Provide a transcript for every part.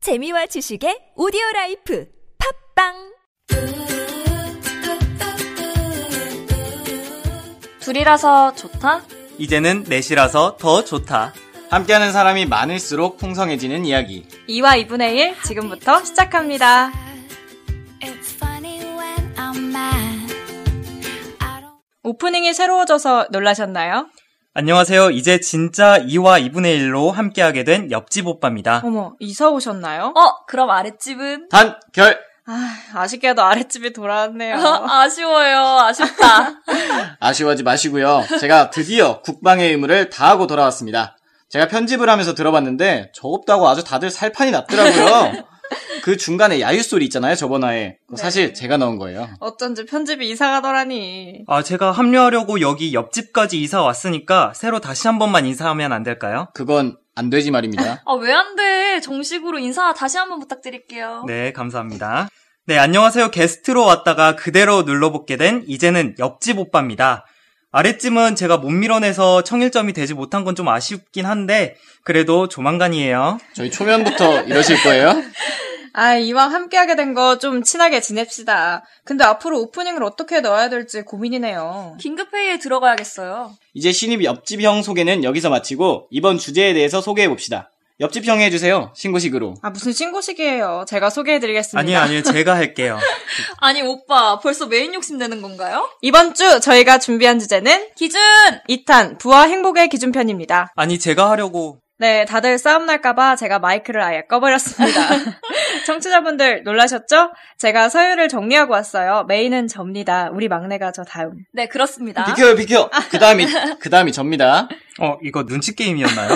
재미와 지식의 오디오 라이프 팝빵 둘이라서 좋다? 이제는 넷이라서 더 좋다. 함께하는 사람이 많을수록 풍성해지는 이야기. 2와 2분의 1 지금부터 시작합니다. It's funny when I'm mad. I don't 오프닝이 새로워져서 놀라셨나요? 안녕하세요. 이제 진짜 2와 2분의 1로 함께하게 된 옆집 오빠입니다. 어머, 이사 오셨나요? 어, 그럼 아랫집은? 단결! 아, 아쉽게도 아랫집이 돌아왔네요. 아쉬워요. 아쉽다. 아쉬워하지 마시고요. 제가 드디어 국방의 의무를 다하고 돌아왔습니다. 제가 편집을 하면서 들어봤는데 저 없다고 아주 다들 살판이 났더라고요. 그 중간에 야유 소리 있잖아요, 저번화에. 그거 사실 제가 넣은 거예요. 어쩐지 편집이 이사가더라니. 아, 제가 합류하려고 여기 옆집까지 이사 왔으니까 새로 다시 한 번만 인사하면 안 될까요? 그건 안 되지 말입니다. 아, 왜 안 돼? 정식으로 인사 다시 한번 어? 부탁드릴게요. 네, 감사합니다. 네, 안녕하세요. 게스트로 왔다가 그대로 눌러붙게 된 이제는 옆집 오빠입니다. 아랫집은 제가 못 밀어내서 청일점이 되지 못한 건 좀 아쉽긴 한데, 그래도 조만간이에요. 저희 초면부터 이러실 거예요? 아, 이왕 함께하게 된 거 좀 친하게 지냅시다. 근데 앞으로 오프닝을 어떻게 넣어야 될지 고민이네요. 긴급회의에 들어가야겠어요. 이제 신입 옆집 형 소개는 여기서 마치고 이번 주제에 대해서 소개해 봅시다. 옆집 형 해주세요. 신고식으로. 아, 무슨 신고식이에요. 제가 소개해드리겠습니다. 아니요, 아니요. 제가 할게요. 아니, 오빠, 벌써 메인 욕심 내는 건가요? 이번 주 저희가 준비한 주제는 기준! 2탄 부와 행복의 기준편입니다. 아니, 제가 하려고. 네, 다들 싸움 날까봐 제가 마이크를 아예 꺼버렸습니다. 청취자분들 놀라셨죠? 제가 서유를 정리하고 왔어요. 메인은 접니다. 우리 막내가 저 다음. 네, 아. 그렇습니다. 비켜요, 비켜! 그 다음이, 그 다음이 접니다. 어, 이거 눈치 게임이었나요?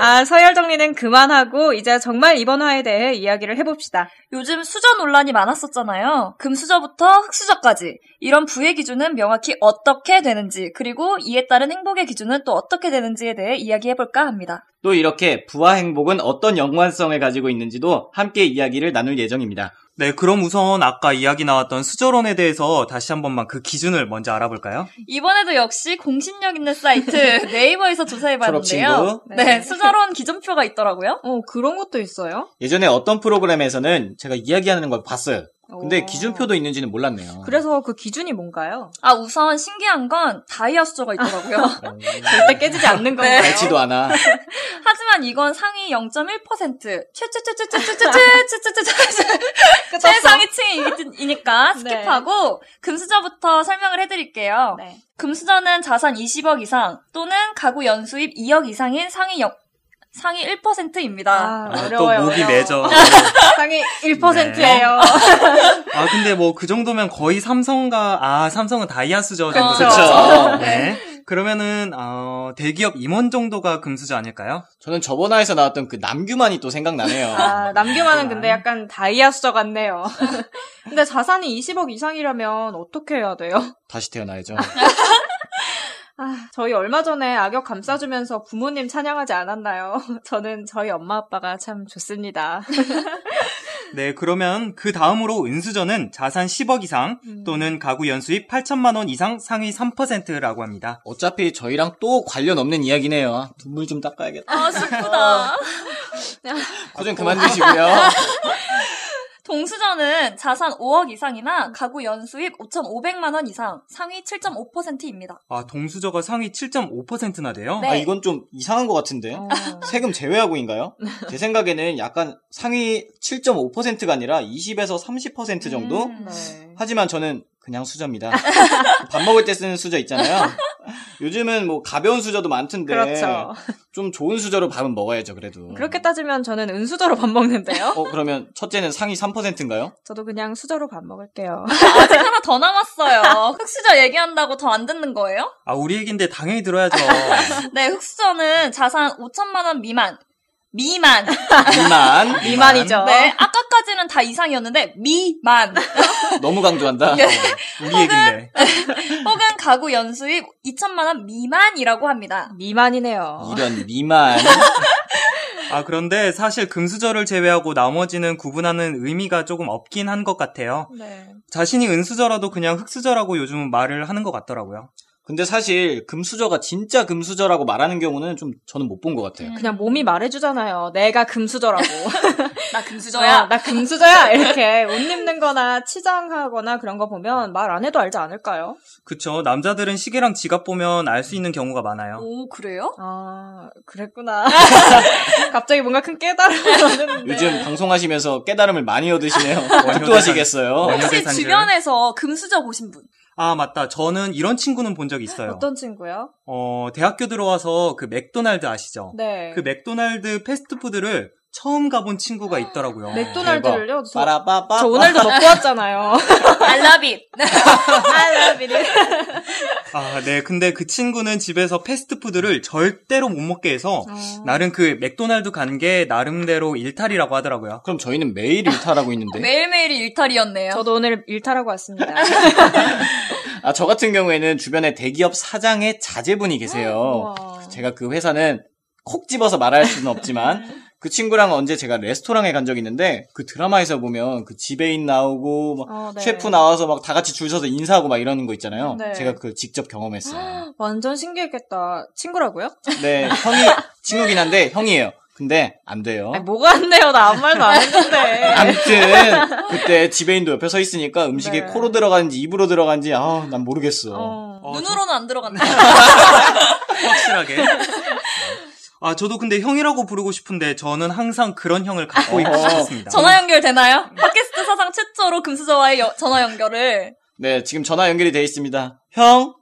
아, 서열 정리는 그만하고 이제 정말 이번 화에 대해 이야기를 해봅시다. 요즘 수저 논란이 많았었잖아요. 금수저부터 흑수저까지. 이런 부의 기준은 명확히 어떻게 되는지, 그리고 이에 따른 행복의 기준은 또 어떻게 되는지에 대해 이야기해볼까 합니다. 또 이렇게 부와 행복은 어떤 연관성을 가지고 있는지도 함께 이야기를 나눌 예정입니다. 네, 그럼 우선 아까 이야기 나왔던 수저론에 대해서 다시 한 번만 그 기준을 먼저 알아볼까요? 이번에도 역시 공신력 있는 사이트 네이버에서 조사해봤는데요. 졸업친구? 네. 수저론 기준표가 있더라고요. 어, 그런 것도 있어요? 예전에 어떤 프로그램에서는 제가 이야기하는 걸 봤어요. 근데 오. 기준표도 있는지는 몰랐네요. 그래서 그 기준이 뭔가요? 아, 우선 신기한 건 다이아 수저가 있더라고요. 절대 깨지지 않는 건가요? 알지도 않아. 하지만 이건 상위 0.1%, 최최최최최최최최최 최상위층이니까 네. 스킵하고 금수저부터 설명을 해드릴게요. 네. 금수저는 자산 20억 이상 또는 가구 연수입 2억 이상인 상위 역 상위 1%입니다. 아, 아, 또 어려워요. 목이 어려워. 매져. 상위 1%예요. 아, 근데 뭐 그 정도면 거의 삼성과, 아, 삼성은 다이아 수저 정도. 그쵸. 되죠? 네. 그러면은, 어, 대기업 임원 정도가 금수저 아닐까요? 저는 저번화에서 나왔던 그 남규만이 또 생각나네요. 아, 남규만은 근데 약간 다이아 수저 같네요. 근데 자산이 20억 이상이라면 어떻게 해야 돼요? 다시 태어나야죠. 아, 저희 얼마 전에 악역 감싸주면서 부모님 찬양하지 않았나요? 저는 저희 엄마 아빠가 참 좋습니다. 네, 그러면 그 다음으로 은수저는 자산 10억 이상 또는 가구 연수입 8천만 원 이상 상위 3%라고 합니다. 어차피 저희랑 또 관련 없는 이야기네요. 눈물 좀 닦아야겠다. 아, 슬프다. 코 좀 그만 드시고요. 동수저는 자산 5억 이상이나 가구 연수입 5,500만 원 이상 상위 7.5%입니다. 아, 동수저가 상위 7.5%나 돼요? 네. 아, 이건 좀 이상한 것 같은데. 세금 제외하고인가요? 제 생각에는 약간 상위 7.5%가 아니라 20에서 30% 정도? 음. 네. 하지만 저는 그냥 수저입니다. 밥 먹을 때 쓰는 수저 있잖아요. 요즘은 뭐 가벼운 수저도 많던데 그렇죠. 좀 좋은 수저로 밥은 먹어야죠 그래도. 그렇게 따지면 저는 은수저로 밥 먹는데요. 어 그러면 첫째는 상위 3%인가요? 저도 그냥 수저로 밥 먹을게요. 아직 하나 더 남았어요. 흑수저 얘기한다고 더 안 듣는 거예요? 아, 우리 얘긴데 당연히 들어야죠. 네, 흑수저는 자산 5천만 원 미만. 미만. 미만. 미만이죠. 네, 아까까지는 다 이상이었는데 미만. 너무 강조한다. 우리 얘긴데. 혹은 가구 연수입 2천만 원 미만이라고 합니다. 미만이네요. 어, 이런 미만. 아, 그런데 사실 금수저를 제외하고 나머지는 구분하는 의미가 조금 없긴 한 것 같아요. 네. 자신이 은수저라도 그냥 흑수저라고 요즘 말을 하는 것 같더라고요. 근데 사실 금수저가 진짜 금수저라고 말하는 경우는 좀 저는 못 본 것 같아요. 그냥 몸이 말해주잖아요. 내가 금수저라고. 나 야, 금수저야. 나 금수저야. 이렇게 옷 입는 거나 치장하거나 그런 거 보면 말 안 해도 알지 않을까요? 그쵸. 남자들은 시계랑 지갑 보면 알 수 있는 경우가 어. 많아요. 오 그래요? 아, 그랬구나. 갑자기 뭔가 큰 깨달음이 왔는데. 요즘 방송하시면서 깨달음을 많이 얻으시네요. 어, 독도하시겠어요. 혹시 연예대상들. 주변에서 금수저 보신 분? 아, 맞다. 저는 이런 친구는 본 적 있어요. 어떤 친구요? 어, 대학교 들어와서 그 맥도날드 아시죠? 네. 그 맥도날드 패스트푸드를 처음 가본 친구가 있더라고요. 맥도날드를요? 저, 빠라빠빠. 저 오늘도 먹고 왔잖아요. 알라비. 네. I love it. 아, 네. 근데 그 친구는 집에서 패스트푸드를 절대로 못 먹게 해서 어. 나름 그 맥도날드 간 게 나름대로 일탈이라고 하더라고요. 그럼 저희는 매일 일탈하고 있는데. 매일매일이 일탈이었네요. 저도 오늘 일탈하고 왔습니다. 아, 저 같은 경우에는 주변에 대기업 사장의 자제분이 계세요. 우와. 제가 그 회사는 콕 집어서 말할 수는 없지만 네. 그 친구랑 언제 제가 레스토랑에 간 적이 있는데 그 드라마에서 보면 그 지배인 나오고 막 어, 네. 셰프 나와서 막 다 같이 줄 서서 인사하고 막 이러는 거 있잖아요. 네. 제가 그걸 직접 경험했어요. 완전 신기했겠다. 친구라고요? 어? 네, 형이 친구긴 한데 형이에요. 근데 안 돼요. 아니, 뭐가 안 돼요? 나 아무 말도 안 했는데. 아, 아무튼 그때 지배인도 옆에 서 있으니까 음식이 네. 코로 들어가는지 입으로 들어가는지 아, 난 모르겠어. 아, 어. 어, 눈으로는 안 들어간다. 확실하게. 어. 아, 저도 근데 형이라고 부르고 싶은데 저는 항상 그런 형을 갖고 있고 어. 싶습니다. 전화 연결 되나요? 팟캐스트 사상 최초로 금수저와의 여- 전화 연결을. 네, 지금 전화 연결이 돼 있습니다. 형?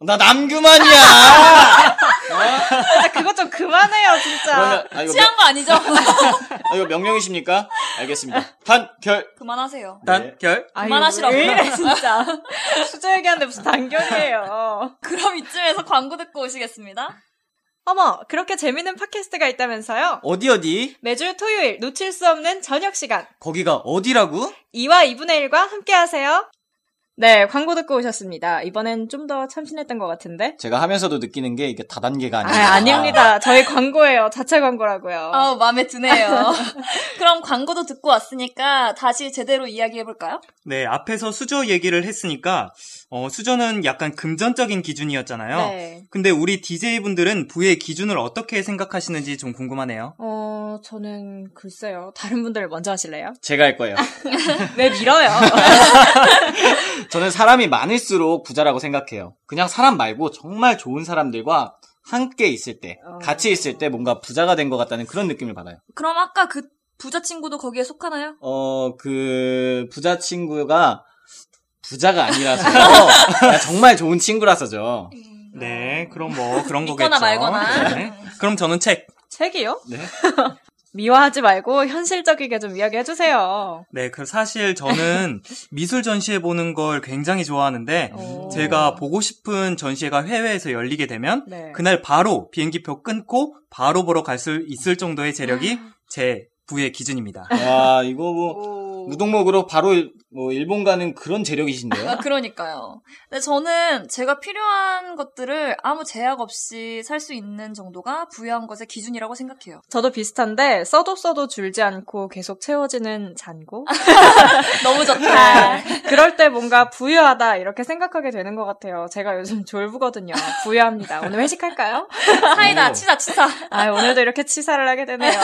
나 남규만이야! 아, 그거 좀 그만해요, 진짜. 그러면, 아, 이거, 취한 거 아니죠? 명, 아, 이거 명령이십니까? 알겠습니다. 단결! 네. 그만하세요. 단결? 아유, 그만하시라고요. 왜 이래, 진짜. 수저 얘기하는데 무슨 단결이에요. 그럼 이쯤에서 광고 듣고 오시겠습니다. 어머, 그렇게 재밌는 팟캐스트가 있다면서요? 어디, 어디? 매주 토요일 놓칠 수 없는 저녁 시간. 거기가 어디라고? 2와 2분의 1과 함께 하세요. 네, 광고 듣고 오셨습니다. 이번엔 좀 더 참신했던 것 같은데? 제가 하면서도 느끼는 게 이게 다단계가 아, 아니에요. 아닙니다. 저희 광고예요. 자체 어. 광고라고요. 아우, 마음에 드네요. 그럼 광고도 듣고 왔으니까 다시 제대로 이야기해볼까요? 네, 앞에서 수저 얘기를 했으니까 어, 수저는 약간 금전적인 기준이었잖아요. 네. 근데 우리 DJ분들은 부의 기준을 어떻게 생각하시는지 좀 궁금하네요. 어, 저는 글쎄요. 다른 분들 먼저 하실래요? 제가 할 거예요. 왜 밀어요? 저는 사람이 많을수록 부자라고 생각해요. 그냥 사람 말고 정말 좋은 사람들과 함께 있을 때, 어. 같이 있을 때 뭔가 부자가 된 것 같다는 그런 느낌을 받아요. 그럼 아까 그 부자 친구도 거기에 속하나요? 어, 그, 부자 친구가, 부자가 아니라서, 그냥 정말 좋은 친구라서죠. 네, 그럼 뭐 그런 거겠죠. 믿거나 말거나. 네. 그럼 저는 책. 책이요? 네. 미화하지 말고 현실적이게 좀 이야기해주세요. 네, 그 사실 저는 미술 전시회 보는 걸 굉장히 좋아하는데 어. 오. 음, 제가 보고 싶은 전시회가 해외에서 열리게 되면 네. 그날 바로 비행기표 끊고 바로 보러 갈 수 있을 정도의 재력이 제 부의 기준입니다. 와, 이거 뭐, 오. 무동목으로 바로, 일- 뭐, 일본 가는 그런 재력이신데요? 아, 그러니까요. 근데 저는 제가 필요한 것들을 아무 제약 없이 살 수 있는 정도가 부유한 것의 기준이라고 생각해요. 저도 비슷한데 써도 써도 줄지 않고 계속 채워지는 잔고. 너무 좋다. 네. 그럴 때 뭔가 부유하다 이렇게 생각하게 되는 것 같아요. 제가 요즘 졸부거든요. 부유합니다. 오늘 회식할까요? 사이다, 치사, 치사. 아 오늘도 이렇게 치사를 하게 되네요.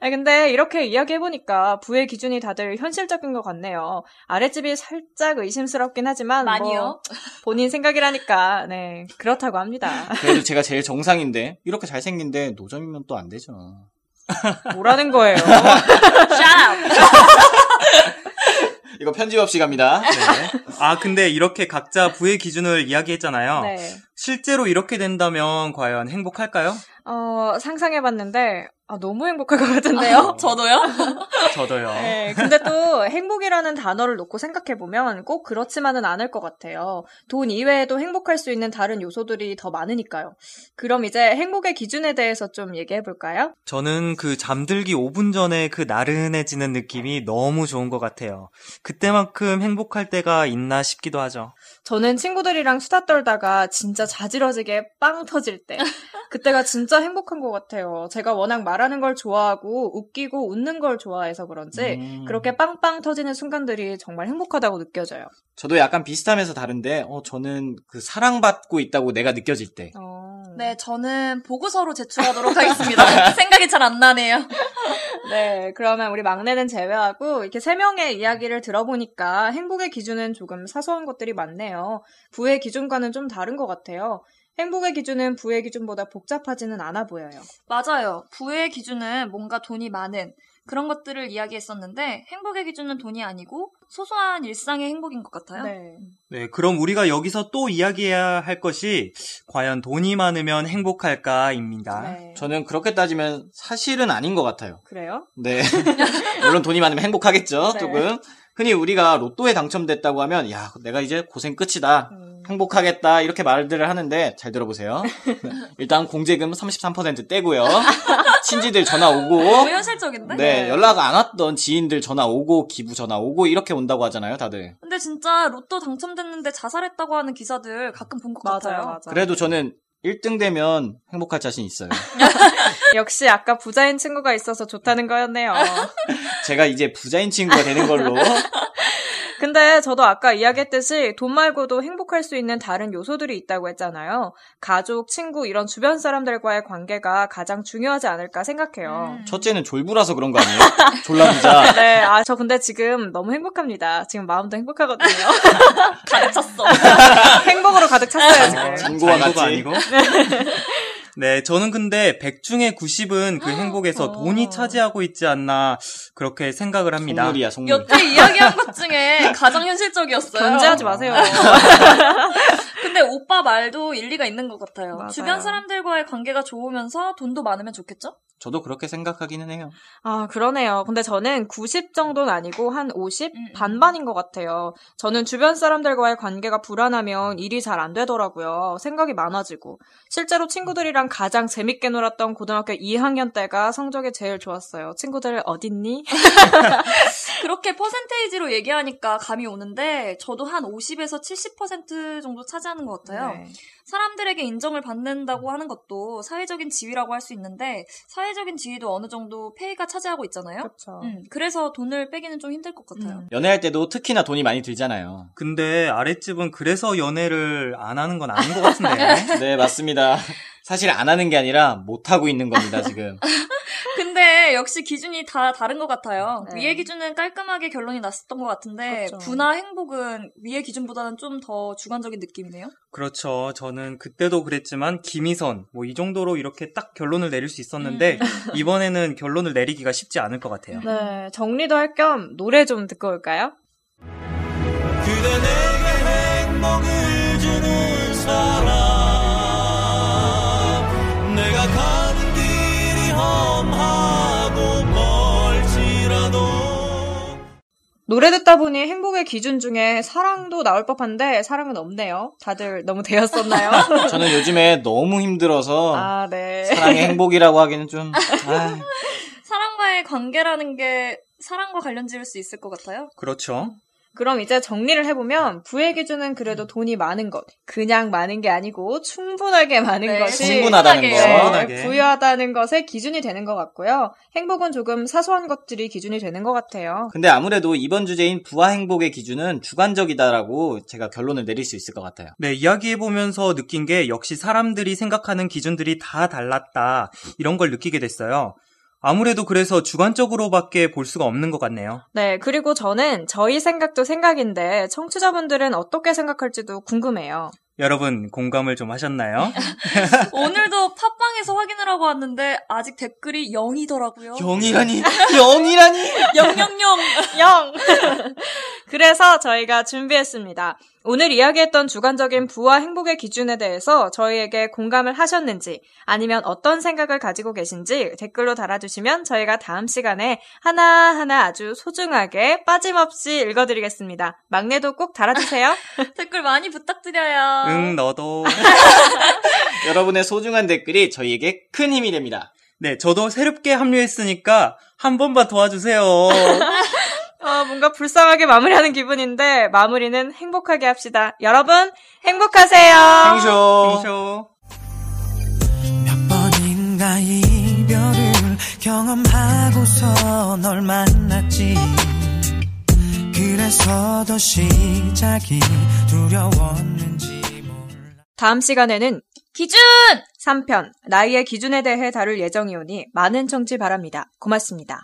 아 근데 이렇게 이야기해보니까 부의 기준이 다들 현실적인 것 같네요. 아랫집이 살짝 의심스럽긴 하지만 뭐 많이요. 본인 생각이라니까 네 그렇다고 합니다. 그래도 제가 제일 정상인데, 이렇게 잘생긴데, 노점이면 또 안 되죠. 뭐라는 거예요? 샤 이거 편집 없이 갑니다. 아, 근데 이렇게 각자 부의 기준을 이야기했잖아요. 네. 실제로 이렇게 된다면 과연 행복할까요? 어 상상해봤는데 아, 너무 행복할 것 같은데요. 요 저도요? 저도요. 네, 근데 또 행복이라는 단어를 놓고 생각해보면 꼭 그렇지만은 않을 것 같아요. 돈 이외에도 행복할 수 있는 다른 요소들이 더 많으니까요. 그럼 이제 행복의 기준에 대해서 좀 얘기해볼까요? 저는 그 잠들기 5분 전에 그 나른해지는 느낌이 너무 좋은 것 같아요. 그때만큼 행복할 때가 있나 싶기도 하죠. 저는 친구들이랑 수다 떨다가 진짜 진짜 자지러지게 빵 터질 때. 그때가 진짜 행복한 것 같아요. 제가 워낙 말하는 걸 좋아하고 웃기고 웃는 걸 좋아해서 네, 그런지 음. 그렇게 빵빵 터지는 순간들이 정말 행복하다고 느껴져요. 저도 약간 비슷하면서 다른데, 어, 저는 그 사랑받고 있다고 내가 느껴질 때. 네, 저는 보고서로 제출하도록 하겠습니다. 생각이 잘 안 나네요. 네, 그러면 우리 막내는 제외하고 이렇게 세 명의 이야기를 들어보니까 행복의 기준은 조금 사소한 것들이 많네요. 부의 기준과는 좀 다른 것 같아요. 행복의 기준은 부의 기준보다 복잡하지는 않아 보여요. 맞아요. 부의 기준은 뭔가 돈이 많은 그런 것들을 이야기했었는데 행복의 기준은 돈이 아니고 소소한 일상의 행복인 것 같아요. 네. 네, 그럼 우리가 여기서 또 이야기해야 할 것이 과연 돈이 많으면 행복할까입니다. 네. 아, 저는 그렇게 따지면 사실은 아닌 것 같아요. 그래요? 네. 물론 돈이 많으면 행복하겠죠, 네. 조금. 흔히 우리가 로또에 당첨됐다고 하면, 야, 내가 이제 고생 끝이다. 음. 행복하겠다. 이렇게 말들을 하는데, 잘 들어보세요. 네. 일단 공제금 33% 떼고요. 친지들 전화 오고, 너무 현실적인데? 네, 연락 안 왔던 지인들 전화 오고, 기부 전화 오고, 이렇게 온다고 하잖아요, 다들. 근데 진짜 로또 당첨됐는데 자살했다고 하는 기사들 가끔 본 것 같아요. 맞아요, 맞아요. 그래도 저는 1등 되면 행복할 자신 있어요. 역시 아까 부자인 친구가 있어서 좋다는 거였네요. 제가 이제 부자인 친구가 되는 걸로. 근데 저도 아까 이야기했듯이 돈 말고도 행복할 수 있는 다른 요소들이 있다고 했잖아요. 가족, 친구 이런 주변 사람들과의 관계가 가장 중요하지 않을까 생각해요. 음. 첫째는 졸부라서 그런 거 아니에요? 졸라 부자. 네, 아, 저 근데 지금 너무 행복합니다. 지금 마음도 행복하거든요. 가득 찼어. 음. 행복으로 가득 찼어요, 지금. 잔고가 잔고와 같이. 아니고. 네, 저는 근데 100 중에 90은 그 행복에서 어. 돈이 차지하고 있지 않나 그렇게 생각을 합니다. 속물이야, 속물. 여태 이야기한 것 중에 가장 현실적이었어요. 견제하지 마세요. 근데 오빠 말도 일리가 있는 것 같아요. 맞아요. 주변 사람들과의 관계가 좋으면서 돈도 많으면 좋겠죠? 저도 그렇게 생각하기는 해요. 아, 그러네요. 근데 저는 90 정도는 아니고 한 50? 음. 반반인 것 같아요. 저는 주변 사람들과의 관계가 불안하면 일이 잘 안 되더라고요. 생각이 많아지고. 실제로 친구들이랑 가장 재밌게 놀았던 고등학교 2학년 때가 성적이 제일 좋았어요. 친구들 어딨니? 그렇게 퍼센테이지로 얘기하니까 감이 오는데 저도 한 50에서 70% 정도 차지하는 것 같아요. 네. 사람들에게 인정을 받는다고 하는 것도 사회적인 지위라고 할 수 있는데 사회적인 지위도 어느 정도 페이가 차지하고 있잖아요. 그렇죠. 음, 그래서 돈을 빼기는 좀 힘들 것 같아요. 음. 연애할 때도 특히나 돈이 많이 들잖아요. 근데 아랫집은 그래서 연애를 안 하는 건 아닌 것 같은데. 네, 맞습니다. 사실 안 하는 게 아니라 못 하고 있는 겁니다, 지금. 근데 역시 기준이 다 다른 것 같아요. 네. 위의 기준은 깔끔하게 결론이 났었던 것 같은데 그렇죠. 분화 행복은 위의 기준보다는 좀 더 주관적인 느낌이네요. 그렇죠. 저는 그때도 그랬지만 김희선 뭐 이 정도로 이렇게 딱 결론을 내릴 수 있었는데 음. 이번에는 결론을 내리기가 쉽지 않을 것 같아요. 네, 정리도 할 겸 노래 좀 듣고 올까요? 노래 듣다 보니 행복의 기준 중에 사랑도 나올 법한데 사랑은 없네요. 다들 너무 되었었나요? 저는 요즘에 너무 힘들어서 아, 네. 사랑의 행복이라고 하기는 좀 아, 사랑과의 관계라는 게 사랑과 관련 지을 수 있을 것 같아요. 그렇죠. 그럼 이제 정리를 해보면 부의 기준은 음. 그래도 돈이 많은 것, 그냥 많은 게 아니고 충분하게 많은 네, 것이 충분하다는 네, 거. 충분하게. 부유하다는 것의 기준이 되는 것 같고요. 행복은 조금 사소한 것들이 기준이 되는 것 같아요. 근데 아무래도 이번 주제인 부와 행복의 기준은 주관적이다라고 제가 결론을 내릴 수 있을 것 같아요. 네, 이야기해보면서 느낀 게 역시 사람들이 생각하는 기준들이 다 달랐다. 이런 걸 느끼게 됐어요. 아무래도 그래서 주관적으로밖에 볼 수가 없는 것 같네요. 네, 그리고 저는 저희 생각도 생각인데 청취자분들은 어떻게 생각할지도 궁금해요. 여러분, 공감을 좀 하셨나요? 오늘도 팟빵에서 확인을 하고 왔는데 아직 댓글이 어. 0이더라고요. 영이라니, 영이라니. 000! 영! 그래서 저희가 준비했습니다. 오늘 이야기했던 주관적인 부와 행복의 기준에 대해서 저희에게 공감을 하셨는지 아니면 어떤 생각을 가지고 계신지 댓글로 달아주시면 저희가 다음 시간에 하나하나 아주 소중하게 빠짐없이 읽어드리겠습니다. 막내도 꼭 달아주세요. 댓글 많이 부탁드려요. 음. 응, 너도. 여러분의 소중한 댓글이 저희에게 큰 힘이 됩니다. 네, 저도 새롭게 합류했으니까 한 번만 도와주세요. 어, 뭔가 불쌍하게 마무리하는 기분인데 마무리는 행복하게 합시다. 여러분 행복하세요. 상쇼. 쇼. 몇 번인가 이별을 경험하고서 널 만났지 그래서 더 시작이 두려웠는지 몰라 다음 시간에는 기준! 3편 나이의 기준에 대해 다룰 예정이오니 많은 청취 바랍니다. 고맙습니다.